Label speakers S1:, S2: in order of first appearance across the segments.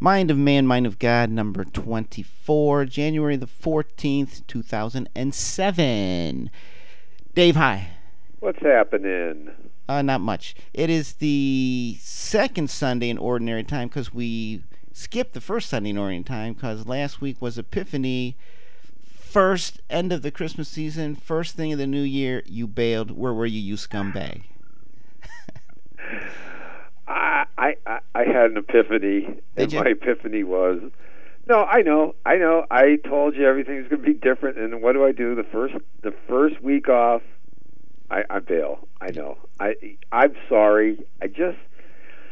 S1: Mind of Man, Mind of God, number 24, January the 14th, 2007. Dave, hi.
S2: What's happening?
S1: Uh, not much. It is the second Sunday in Ordinary Time because we skipped the first Sunday in Ordinary Time because last week was Epiphany, first end of the Christmas season, first thing of the new year. You bailed. Where were you, you scumbag?
S2: I I I- I had an epiphany,
S1: Did
S2: and
S1: you?
S2: my epiphany was, no, I know, I know, I told you everything's going to be different, and what do I do the first the first week off? I, I bail. I know. I I'm sorry. I just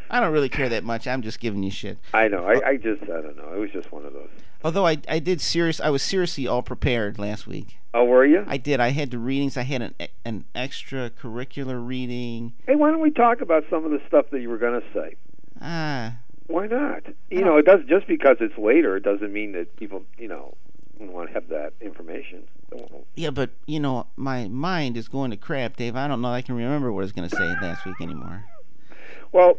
S1: I don't really care that much. I'm just giving you shit.
S2: I know. I, I just I don't know. It was just one of those.
S1: Although I, I did serious, I was seriously all prepared last week.
S2: Oh, were you?
S1: I did. I had the readings. I had an e, an extracurricular reading.
S2: Hey, why don't we talk about some of the stuff that you were going to say?
S1: Ah,
S2: Why not?
S1: I
S2: You know, it does not just because it's later. It doesn't mean that people you know want to have that information.
S1: yeah, but you know, my mind is going to crap, Dave. I don't know. I can remember what I was going to say last week anymore.
S2: Well,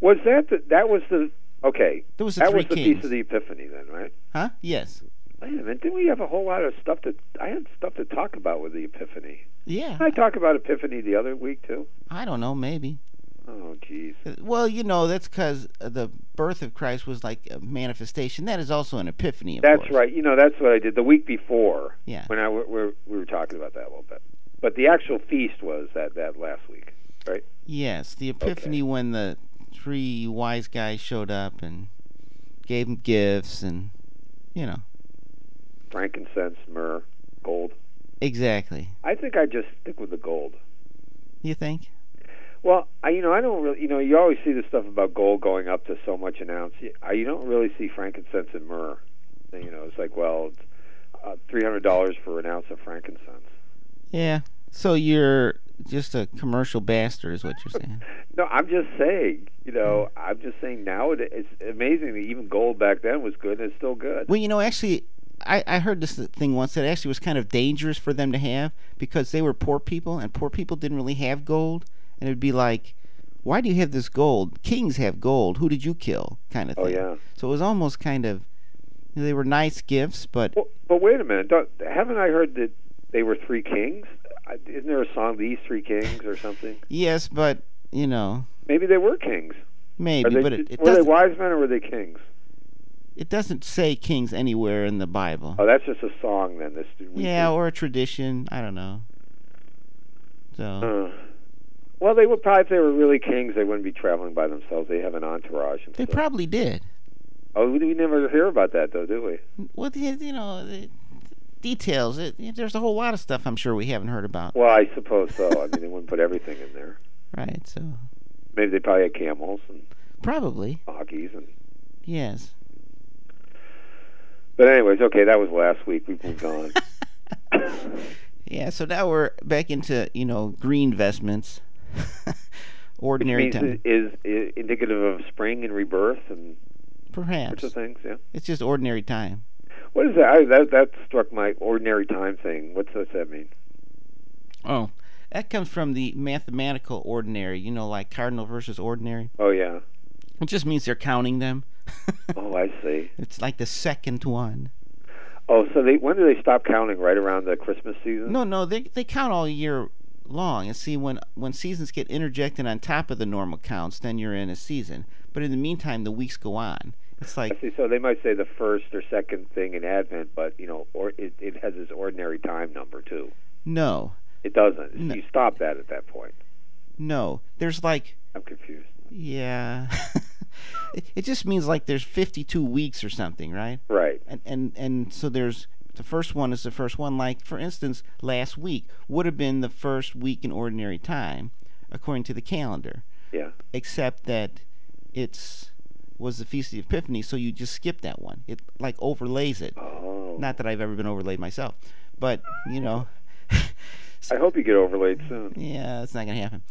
S2: was that the, that was the okay?
S1: There was the
S2: That
S1: three
S2: was the
S1: kings,
S2: piece of the epiphany, then, right?
S1: huh? Yes.
S2: Wait a minute. Didn't we have a whole lot of stuff to? I had stuff to talk about with the epiphany.
S1: Yeah.
S2: Didn't I talk about epiphany the other week too?
S1: I don't know. Maybe.
S2: Oh, jeez.
S1: Uh, Well, you know, that's because the birth of Christ was like a manifestation. That is also an epiphany. Of
S2: That's
S1: course.
S2: right. You know, that's what I did the week before
S1: Yeah.
S2: when I we were, we were talking about that a little bit. But the actual feast was that that last week.
S1: Yes, the epiphany when the three wise guys showed up and gave him gifts and you know
S2: Frankincense, myrrh, gold.
S1: exactly.
S2: I think I just stick with the gold.
S1: You think?
S2: Well, I you know I don't really you know you always see the stuff about gold going up to so much an ounce. You- I you don't really see frankincense and myrrh. You know it's like well, it's, uh, three hundred dollars for an ounce of frankincense.
S1: Yeah. So you're just a commercial bastard, is what you're saying.
S2: No, I'm just saying. You know I'm just saying nowadays it's amazing that even gold back then was good and it's still good.
S1: well, you know, actually, I, I heard this thing once that actually was kind of dangerous for them to have because they were poor people, and poor people didn't really have gold. And it'd be like, why do you have this gold? Kings have gold. Who did you kill? Kind of thing.
S2: oh yeah.
S1: So it was almost kind of, you know, they were nice gifts, but
S2: Well, but wait a minute. Don't, haven't I heard that they were three kings? I- Isn't there a song these three kings or something?
S1: yes, but, you know,
S2: Maybe they were kings. Are
S1: maybe.
S2: they,
S1: but it, it,
S2: were they
S1: doesn't,
S2: wise men or were they kings?
S1: it doesn't say kings anywhere in the Bible.
S2: Oh, that's just a song then. This we-
S1: yeah, or a tradition. I don't know. So.
S2: Uh, well, they would probably if they were really kings, they wouldn't be traveling by themselves. They have an entourage. And
S1: They
S2: stuff.
S1: probably did.
S2: oh, we, we never hear about that though, do we?
S1: Well, the- you know, the details. It, there's a whole lot of stuff I'm sure we haven't heard about.
S2: Well, I suppose so. I mean, they wouldn't put everything in there.
S1: Right. So
S2: Maybe they probably had camels and
S1: probably
S2: donkeys and.
S1: yes.
S2: But anyways, okay, that was last week. We've moved on.
S1: Yeah. So now we're back into you know green vestments,
S2: Which
S1: ordinary
S2: means
S1: time.
S2: it is, is indicative of spring and rebirth and sorts
S1: Perhaps
S2: of things. Yeah.
S1: it's just ordinary time.
S2: What is that? I, that that struck my ordinary time thing. What's what's that mean?
S1: Oh, that comes from the mathematical ordinary. You know, like cardinal versus ordinary.
S2: Oh yeah.
S1: It just means they're counting them.
S2: Oh, I see.
S1: it's like the second one.
S2: Oh, so they when do they stop counting? Right around the Christmas season.
S1: No, no, they they count all year long. And see, when when seasons get interjected on top of the normal counts, then you're in a season. But in the meantime, the weeks go on. It's
S2: I
S1: like
S2: see. So they might say the first or second thing in Advent, but you know, or it, it has this ordinary time number too.
S1: no,
S2: It doesn't.
S1: No.
S2: You stop that at that point.
S1: no. There's like
S2: I'm confused.
S1: yeah. it, it just means like there's 52 weeks or something, right?
S2: Right.
S1: And and and so there's the first one is the first one. Like for instance, last week would have been the first week in ordinary time, according to the calendar.
S2: Yeah.
S1: except that it's was the feast of the epiphany so you just skip that one it like overlays it
S2: Oh.
S1: not that i've ever been overlaid myself but you know
S2: I hope you get overlaid soon.
S1: yeah it's not gonna happen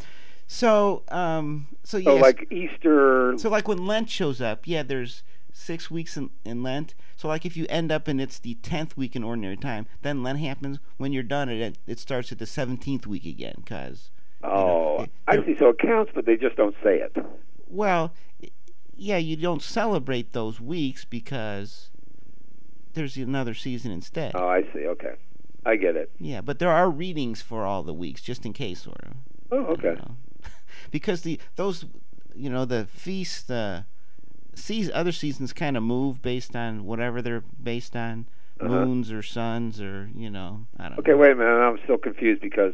S1: so um so yeah
S2: So like Easter.
S1: so like when lent shows up yeah there's six weeks in, in lent so like if you end up and it's the 10th week in ordinary time then lent happens when you're done it it starts at the 17th week again because
S2: oh,
S1: it-
S2: I see. So it counts, but they just don't say it.
S1: Well, i- yeah, you don't celebrate those weeks because there's another season instead.
S2: Oh, I see. Okay, I get it.
S1: Yeah, but there are readings for all the weeks, just in case, sort of.
S2: Oh,
S1: I don't
S2: okay.
S1: know. because the those, you know, the feast, the seas, other seasons kind of move based on whatever they're based on,
S2: Uh-huh.
S1: moons or suns or you know, I don't.
S2: Okay,
S1: know.
S2: wait a minute. I'm still confused because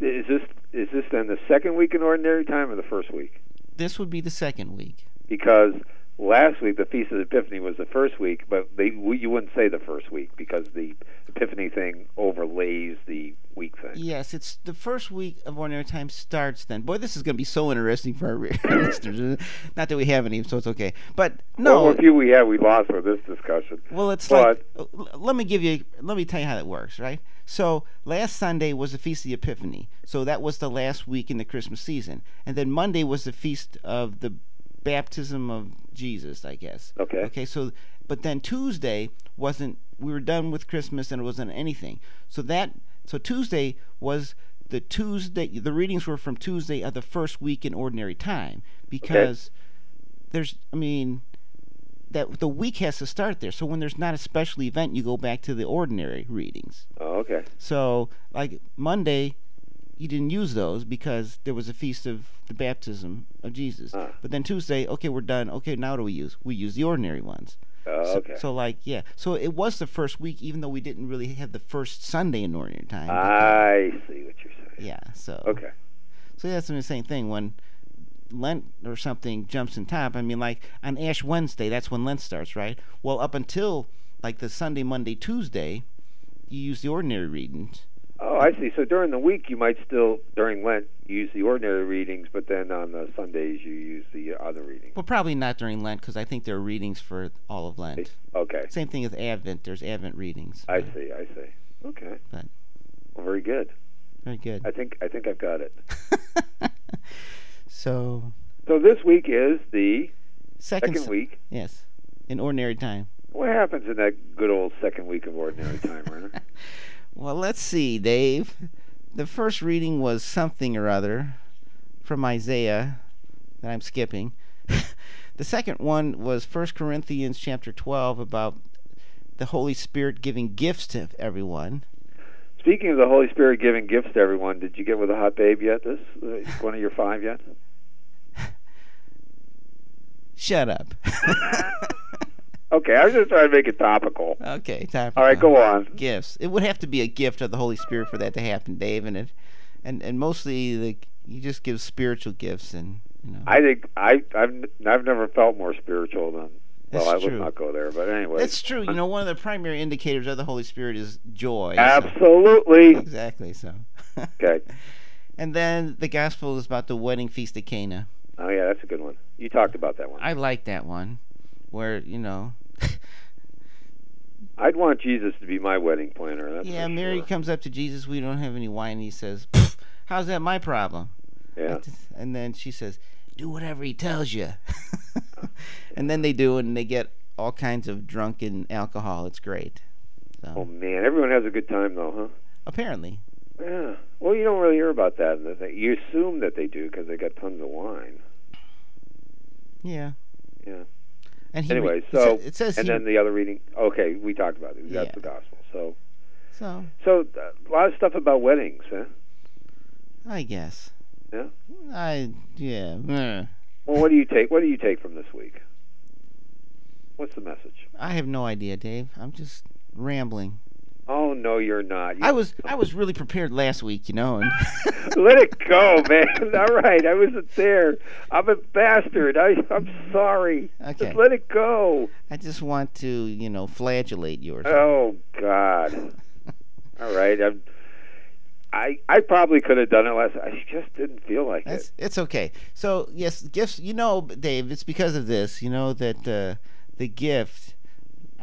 S2: is this is this then the second week in ordinary time or the first week?
S1: This would be the second week.
S2: Because last week the feast of Epiphany was the first week, but they we- you wouldn't say the first week because the Epiphany thing overlays the week thing.
S1: Yes, it's the first week of ordinary time starts then. Boy, this is going to be so interesting for our listeners. Not that we have any, so it's okay. But no,
S2: well, a few we had we lost with this discussion.
S1: Well, it's
S2: But-
S1: like l- let me give you let me tell you how that works, right? So last Sunday was the feast of the Epiphany, so that was the last week in the Christmas season, and then Monday was the feast of the baptism of Jesus, I guess.
S2: Okay.
S1: Okay, so but then Tuesday wasn't we were done with Christmas and it wasn't anything. So that so Tuesday was the Tuesday the readings were from Tuesday of the first week in ordinary time because there's I mean that the week has to start there. So when there's not a special event, you go back to the ordinary readings.
S2: Oh, okay.
S1: So like Monday, you didn't use those because there was a feast of the baptism of Jesus.
S2: Ah.
S1: But then Tuesday, okay, we're done. Okay, now what do we use? We use the ordinary ones.
S2: Oh,
S1: So,
S2: okay.
S1: so like yeah, so it was the first week, even though we didn't really have the first Sunday in ordinary time.
S2: I see what you're saying.
S1: yeah. So
S2: Ah. Okay.
S1: so that's the same thing when Lent or something jumps in time. I mean, like on Ash Wednesday, that's when Lent starts, right? Well, up until like the Sunday, Monday, Tuesday, you use the ordinary readings.
S2: Oh, I see. So during the week, you might still, during Lent, use the ordinary readings, but then on the Sundays, you use the other readings.
S1: Well, probably not during Lent because I think there are readings for all of Lent.
S2: Okay.
S1: Same thing with Advent. There's Advent readings.
S2: I see. I see. Okay.
S1: But-
S2: Well, very good.
S1: Very good.
S2: I think I think I've got it.
S1: so
S2: So this week is the
S1: second,
S2: second
S1: Sun-
S2: week.
S1: yes, in ordinary time.
S2: What happens in that good old second week of ordinary time, Werner?
S1: Well, let's see, Dave. The first reading was something or other from Isaiah that I'm skipping. the second one was 1 Corinthians chapter 12 about the Holy Spirit giving gifts to everyone.
S2: Speaking of the Holy Spirit giving gifts to everyone, did you get with a hot babe yet? This uh, one of your five yet?
S1: Shut up.
S2: Okay, I was just trying to make it topical.
S1: okay, time for
S2: All right,
S1: fun.
S2: go on.
S1: gifts. It would have to be a gift of the Holy Spirit for that to happen, Dave, and it, and and mostly the you just give spiritual gifts and you know.
S2: I think I I've n- I've never felt more spiritual than. Well,
S1: That's
S2: I
S1: true.
S2: would not go there, but anyway.
S1: That's true. You know, one of the primary indicators of the Holy Spirit is joy. so-
S2: Absolutely.
S1: Exactly. So.
S2: Okay.
S1: And then the gospel is about the wedding feast of Cana.
S2: Oh yeah, that's a good one. You talked about that one.
S1: I like that one, where you know,
S2: I'd want Jesus to be my wedding planner. That's
S1: yeah,
S2: for
S1: Mary
S2: sure.
S1: comes up to Jesus. We don't have any wine. And he says, "Pff, "How's that my problem?"
S2: Yeah.
S1: And then she says, "Do whatever he tells you." and then they do, and they get all kinds of drunken alcohol. It's great. So
S2: Oh man, everyone has a good time though, huh?
S1: apparently,
S2: Yeah. Well, you don't really hear about that. in the thing. You assume that they do because they got tons of wine.
S1: yeah.
S2: Yeah.
S1: And he re-
S2: Anyway,
S1: it sa-
S2: so
S1: it says
S2: and
S1: he,
S2: then the other reading. Okay, we talked about it. That's
S1: Yeah.
S2: the gospel. So,
S1: so
S2: so uh, a lot of stuff about weddings, huh?
S1: I guess.
S2: Yeah.
S1: I yeah. uh, meh.
S2: Well, what do you take? What do you take from this week? What's the message?
S1: I have no idea, Dave. I'm just rambling.
S2: Oh no, you're not. You-
S1: I was I was really prepared last week, you know. And
S2: Let it go, man. All right, I wasn't there. I'm a bastard. I, I'm sorry.
S1: Okay.
S2: Just let it go.
S1: I just want to, you know, flagellate yours.
S2: Oh God. All right. I'm, I I probably could have done it last. I just didn't feel like it.
S1: That's it's okay. So yes, gifts. You know, Dave, it's because of this. You know that uh, the gift.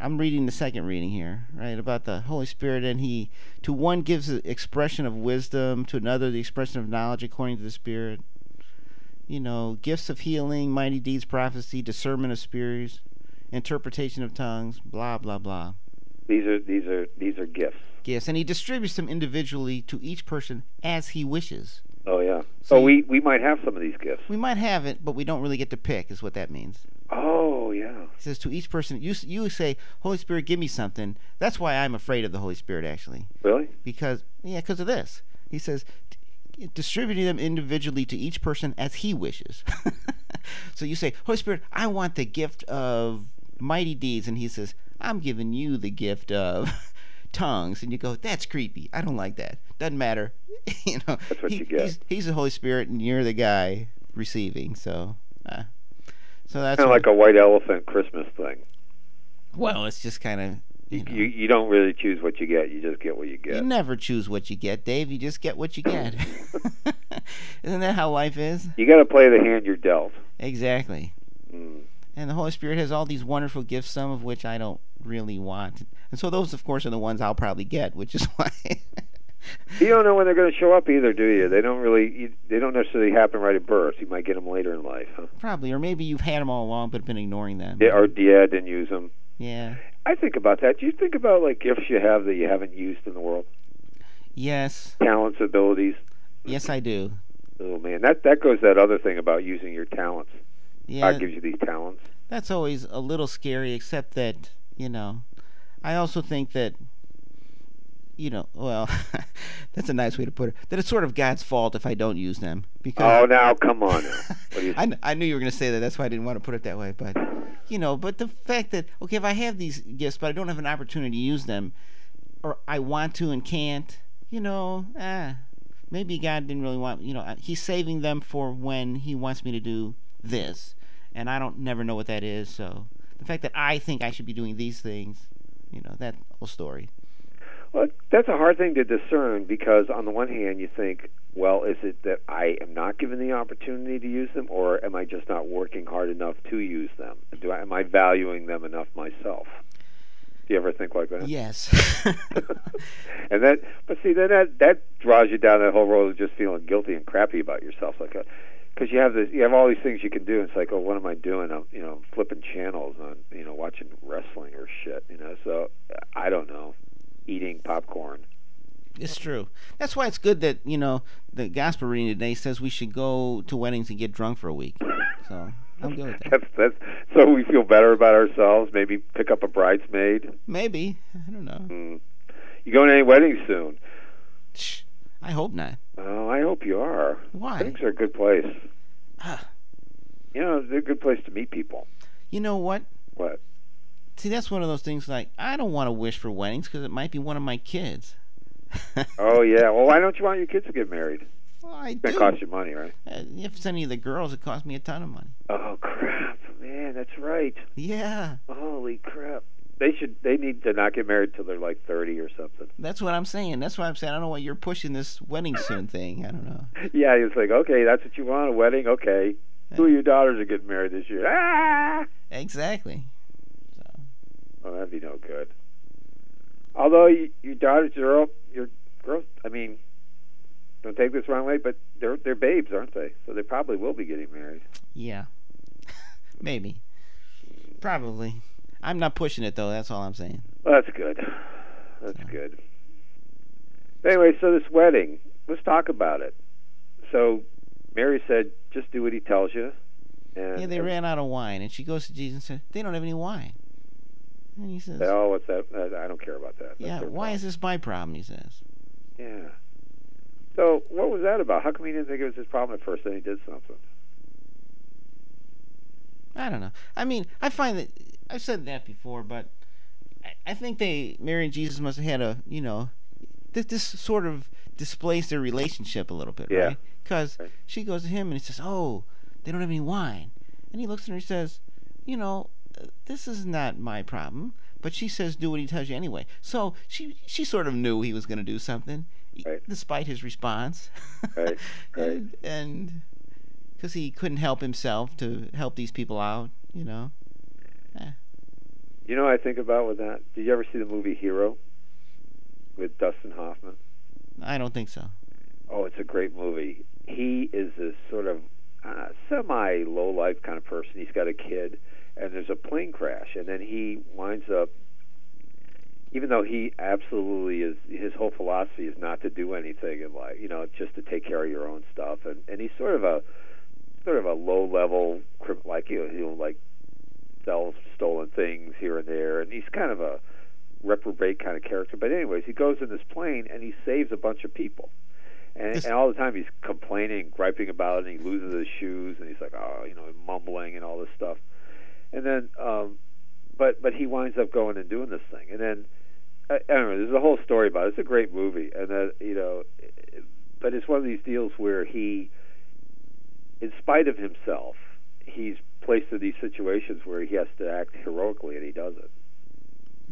S1: I'm reading the second reading here, right about the Holy Spirit, and He to one gives the expression of wisdom, to another the expression of knowledge according to the Spirit. You know, gifts of healing, mighty deeds, prophecy, discernment of spirits, interpretation of tongues, blah blah blah.
S2: These are these are these are gifts.
S1: Gifts, and He distributes them individually to each person as He wishes.
S2: Oh yeah.
S1: So
S2: So
S1: you-
S2: we we might have some of these gifts.
S1: We might have it, but we don't really get to pick, is what that means.
S2: Oh yeah.
S1: He says to each person, you s- you say, Holy Spirit, give me something. That's why I'm afraid of the Holy Spirit actually,
S2: Really?
S1: because yeah, because of this. He says, "D- distributing them individually to each person as he wishes. so you say, Holy Spirit, I want the gift of mighty deeds, and he says, I'm giving you the gift of tongues, and you go, that's creepy. I don't like that. Doesn't matter. you know,
S2: That's what
S1: he-
S2: you get.
S1: He's, he's the Holy Spirit, and you're the guy receiving. So, uh, so that's
S2: Kind of
S1: what-
S2: like a white elephant Christmas thing.
S1: well, it's just kind of you,
S2: You,
S1: know,
S2: you you don't really choose what you get. You just get what you
S1: you
S2: get.
S1: never choose what you get, Dave. You just get what you get. Isn't that how life is?
S2: You got to play the hand you're dealt.
S1: Exactly.
S2: Mm.
S1: And the Holy Spirit has all these wonderful gifts, some of which I don't really want. And so those, of course, are the ones I'll probably get, which is why.
S2: You don't know when they're going to show up either, do you? They don't really. You, they don't necessarily happen right at birth. You might get them later in life. Huh?
S1: probably, or maybe you've had them all along but been ignoring them.
S2: Yeah, or yeah, didn't use them.
S1: Yeah.
S2: I think about that. Do you think about like gifts you have that you haven't used in the world?
S1: Yes.
S2: Talents, abilities.
S1: Yes, I do.
S2: Oh man, that that goes that other thing about using your talents.
S1: Yeah.
S2: God gives you these talents.
S1: that's always a little scary except that you know i also think that you know well that's a nice way to put it that it's sort of god's fault if i don't use them
S2: Oh,
S1: because
S2: now come on. Now. What do you
S1: I, kn- I knew you were going to say that that's why i didn't want to put it that way but you know but the fact that okay if i have these gifts but i don't have an opportunity to use them or i want to and can't you know ah, maybe god didn't really want you know I- he's saving them for when he wants me to do this and i don't never know what that is so the fact that i think i should be doing these things you know that whole story
S2: Well, that's a hard thing to discern because on the one hand you think, well, is it that I am not given the opportunity to use them, or am I just not working hard enough to use them? Do I, am I valuing them enough myself? Do you ever think like that?
S1: yes
S2: and that, but see, then that that draws you down that whole road of just feeling guilty and crappy about yourself, like because you have this, you have all these things you can do. And it's like, oh, what am I doing? I'm, you know, flipping channels on, you know, watching wrestling or shit, you know. So I don't know, eating popcorn.
S1: It's true. That's why it's good that you know the gospel reading today says we should go to weddings and get drunk for a week. So I'm good with that.
S2: That's that's so we feel better about ourselves. Maybe pick up a bridesmaid.
S1: Maybe I don't know.
S2: Mm. You going to any weddings soon?
S1: Shh. I hope not.
S2: Oh, I hope you are.
S1: Why?
S2: Weddings are a good place.
S1: Ah.
S2: You know, they're a good place to meet people.
S1: You know what?
S2: What?
S1: See, that's one of those things. Like I don't want to wish for weddings because it might be one of my kids.
S2: Oh yeah. Well, why don't you want your kids to get married?
S1: Well, I
S2: That
S1: do.
S2: costs you money, right?
S1: Uh, If it's any of the girls, it cost me a ton of money.
S2: Oh crap, man, that's right.
S1: Yeah,
S2: Holy crap. They should. They need to not get married till they're like thirty or something.
S1: that's what I'm saying. That's why I'm saying I don't know why you're pushing this wedding soon thing. I don't know.
S2: Yeah, it's like okay, that's what you want—a wedding. Okay, two of your daughters are getting married this year. Ah.
S1: Exactly. So
S2: Well, that'd be no good. Although you, your daughters are all your girls, I mean, don't take this the wrong way, but they're they're babes, aren't they? So they probably will be getting married.
S1: Yeah. Maybe. Probably. I'm not pushing it though, that's all I'm saying.
S2: Well, that's good. That's
S1: Yeah.
S2: good. Anyway, so this wedding, let's talk about it. So Mary said, just do what he tells you. And
S1: Yeah, they ran out of wine and she goes to Jesus and says, They don't have any wine. And he says,
S2: Oh, what's that? Uh, I don't care about that. That's
S1: Yeah,
S2: their
S1: why is this my problem? he says.
S2: problem. Yeah. So what was that about? How come he didn't think it was his problem at first, then he did something?
S1: I don't know. I mean, I find that I've said that before, but I, I think they Mary and Jesus must have had a you know this this sort of displays their relationship a little bit,
S2: Yeah.
S1: right? Because
S2: Right.
S1: she goes to him and he says, "Oh, they don't have any wine," and he looks at her and says, "You know, uh, this is not my problem." But she says, "Do what he tells you anyway." So she she sort of knew he was going to do something, e-
S2: Right.
S1: despite his response.
S2: Right, right.
S1: and, and because he couldn't help himself to help these people out, you know.
S2: You know what I think about with that? Did you ever see the movie Hero with Dustin Hoffman?
S1: I don't think so.
S2: Oh, it's a great movie. He is this sort of uh, semi low life kind of person. He's got a kid, and there's a plane crash, and then he winds up. Even though he absolutely is, his whole philosophy is not to do anything in life. You know, just to take care of your own stuff, and and he's sort of a sort of a low level, like you know, he'll like sells stolen things here and there, and he's kind of a reprobate kind of character. But anyways, he goes in this plane and he saves a bunch of people. And,
S1: This-
S2: and all the time he's complaining, griping about it, and he loses his shoes, and he's like, oh, you know, mumbling and all this stuff. And then, um, but but he winds up going and doing this thing. And then, I, I don't know. There's a whole story about it. It's a great movie, and then you know, but it's one of these deals where he, in spite of himself, he's placed in these situations where he has to act heroically, and he does it.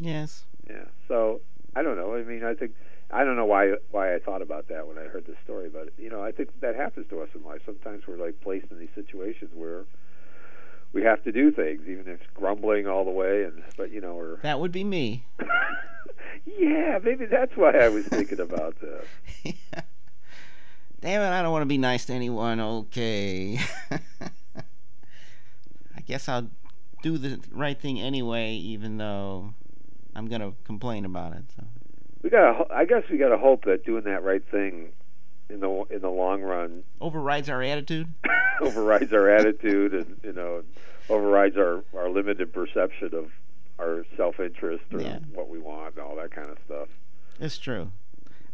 S1: Yes.
S2: Yeah. So I don't know. I mean, I think I don't know why why I thought about that when I heard the story, but you know, I think that happens to us in life. Sometimes we're like placed in these situations where we have to do things, even if it's grumbling all the way, and but you know, or
S1: That would be me.
S2: yeah, maybe that's why I was thinking about this.
S1: Damn it, I don't want to be nice to anyone. Okay. I guess I'll do the right thing anyway, even though I'm going to complain about it. So.
S2: We got. I guess we got to hope that doing that right thing in the in the long run
S1: Overrides our attitude?
S2: overrides our attitude and you know overrides our our limited perception of our self interest or
S1: Yeah.
S2: what we want and all that kind of stuff.
S1: It's true.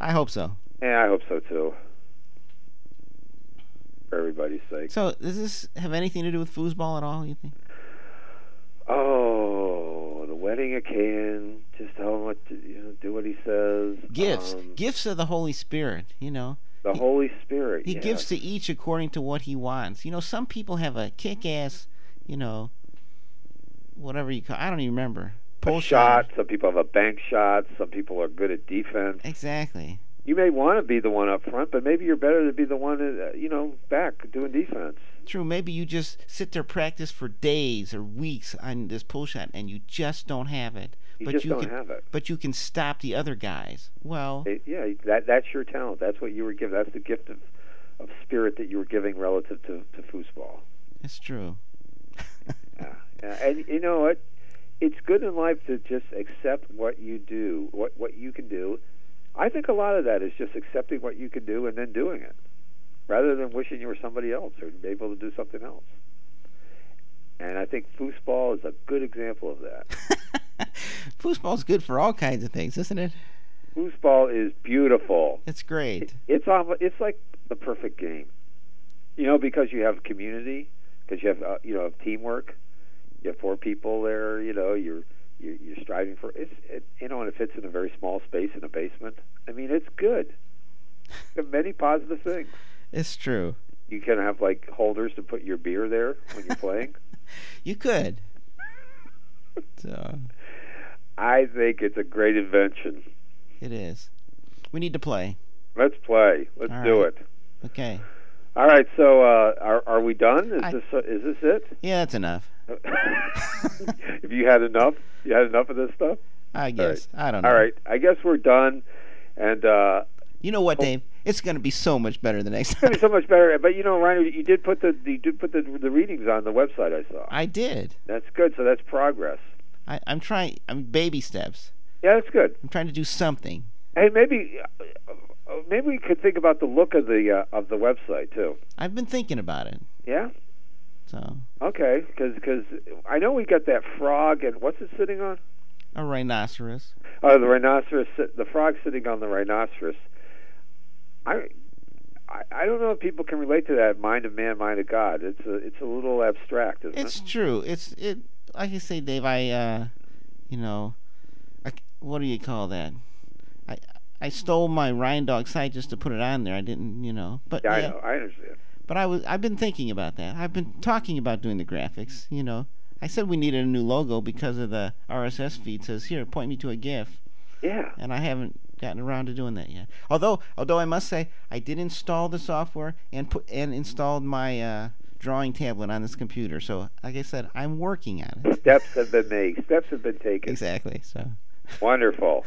S1: I hope so.
S2: And I hope so too. For everybody's sake.
S1: So, does this have anything to do with foosball at all, you think?
S2: Oh, the wedding of Cain. Just tell him what to you know, do. What he says.
S1: Gifts.
S2: Um,
S1: Gifts of the Holy Spirit, you know.
S2: the
S1: He-
S2: Holy Spirit.
S1: He
S2: yes.
S1: gives to each according to what he wants. You know, some people have a kick ass, you know, whatever you call I don't even remember.
S2: a
S1: Pole
S2: shot.
S1: shotter.
S2: Some people have a bank shot. Some people are good at defense.
S1: Exactly.
S2: You may want to be the one up front, but maybe you're better to be the one, uh, you know, back doing defense.
S1: True. Maybe you just sit there practice for days or weeks on this pull shot and you just don't have it.
S2: You
S1: but
S2: just
S1: you
S2: don't
S1: can
S2: have it.
S1: but you can stop the other guys. Well,
S2: It- yeah, that that's your talent. That's what you were given. That's the gift of, of spirit that you were giving relative to to foosball.
S1: that's true.
S2: Yeah. Yeah. And you know what? It's good in life to just accept what you do, what what you can do. I think a lot of that is just accepting what you can do and then doing it, rather than wishing you were somebody else or able to do something else. And I think foosball is a good example of that.
S1: Foosball's good for all kinds of things, isn't it?
S2: Foosball is beautiful.
S1: It's great.
S2: It's on. It's like the perfect game, you know, because you have community, because you have uh, you know have teamwork. You have four people there. You know, you're you're, you're striving for it's it, you know, and it fits in a very small space in a basement. I mean, it's good. There are many positive things.
S1: It's true.
S2: You can have like holders to put your beer there when you're playing.
S1: You could. So
S2: I think it's a great invention.
S1: it is. We need to play.
S2: Let's play. Let's
S1: All
S2: do
S1: right.
S2: it.
S1: Okay.
S2: All right. So, uh, are are we done? Is
S1: I-
S2: this uh, is this it?
S1: Yeah, that's enough.
S2: Have you had enough? You had enough of this stuff?
S1: I guess. I don't know.
S2: All right. I guess we're done. And uh,
S1: You know what, Dave? It's going to be so much better the next
S2: it's gonna
S1: time.
S2: be so much better. But you know, Reiner, you did put the you did put the the readings on the website. I saw.
S1: I did.
S2: That's good. So that's progress.
S1: I, I'm trying. I'm baby steps.
S2: Yeah, that's good.
S1: I'm trying to do something.
S2: Hey, maybe uh, uh, maybe we could think about the look of the uh, of the website too.
S1: I've been thinking about it.
S2: Yeah.
S1: So
S2: Okay. Because I know we got that frog and what's it sitting on?
S1: a rhinoceros.
S2: Oh, the rhinoceros, sit- the frog sitting on the rhinoceros. I, I, I don't know if people can relate to that mind of man, mind of God. It's a, it's a little abstract, isn't
S1: It's
S2: it?
S1: true. It's it. Like you say, Dave. I uh, you know, I, what do you call that? I I stole my Ryan Dog site just to put it on there. I didn't, you know. But
S2: Yeah, I know. I understand.
S1: But I was I've been thinking about that. I've been talking about doing the graphics, you know. I said we needed a new logo because of the RSS feed says here, point me to a GIF,
S2: Yeah.
S1: and I haven't gotten around to doing that yet. Although although I must say I did install the software and put and installed my uh, drawing tablet on this computer. So like I said, I'm working on it.
S2: Steps have been made. Steps have been taken.
S1: Exactly. So
S2: Wonderful.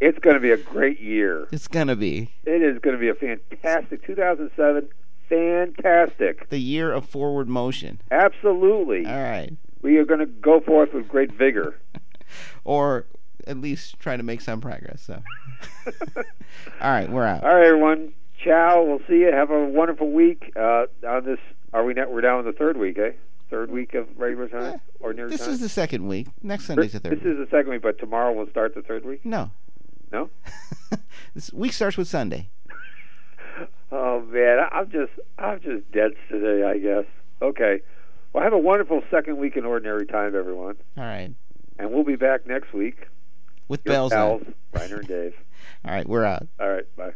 S2: It's going to be a great year.
S1: it's gonna be
S2: It is going to be a fantastic 2007. Fantastic.
S1: the year of forward motion.
S2: Absolutely.
S1: All right.
S2: We are going to go forth with great vigor.
S1: Or at least try to make some progress. So all right, we're out.
S2: All right, everyone. Ciao. We'll see you. Have a wonderful week. Uh, on this, are we? Not, we're down in the third week, eh? Third week of regular time, ordinary
S1: This
S2: time.
S1: is the second week. Next Sunday's the third.
S2: This is the second week, but tomorrow we'll start the third week.
S1: no.
S2: No?
S1: this week starts with Sunday.
S2: Oh man, I- I'm just I'm just dense today, I guess. Okay. Well, have a wonderful second week in ordinary time, everyone,
S1: All right.
S2: and we'll be back next week.
S1: With
S2: Your
S1: bells
S2: pals,
S1: on.
S2: Reiner and Dave.
S1: All right, we're out.
S2: All right, bye.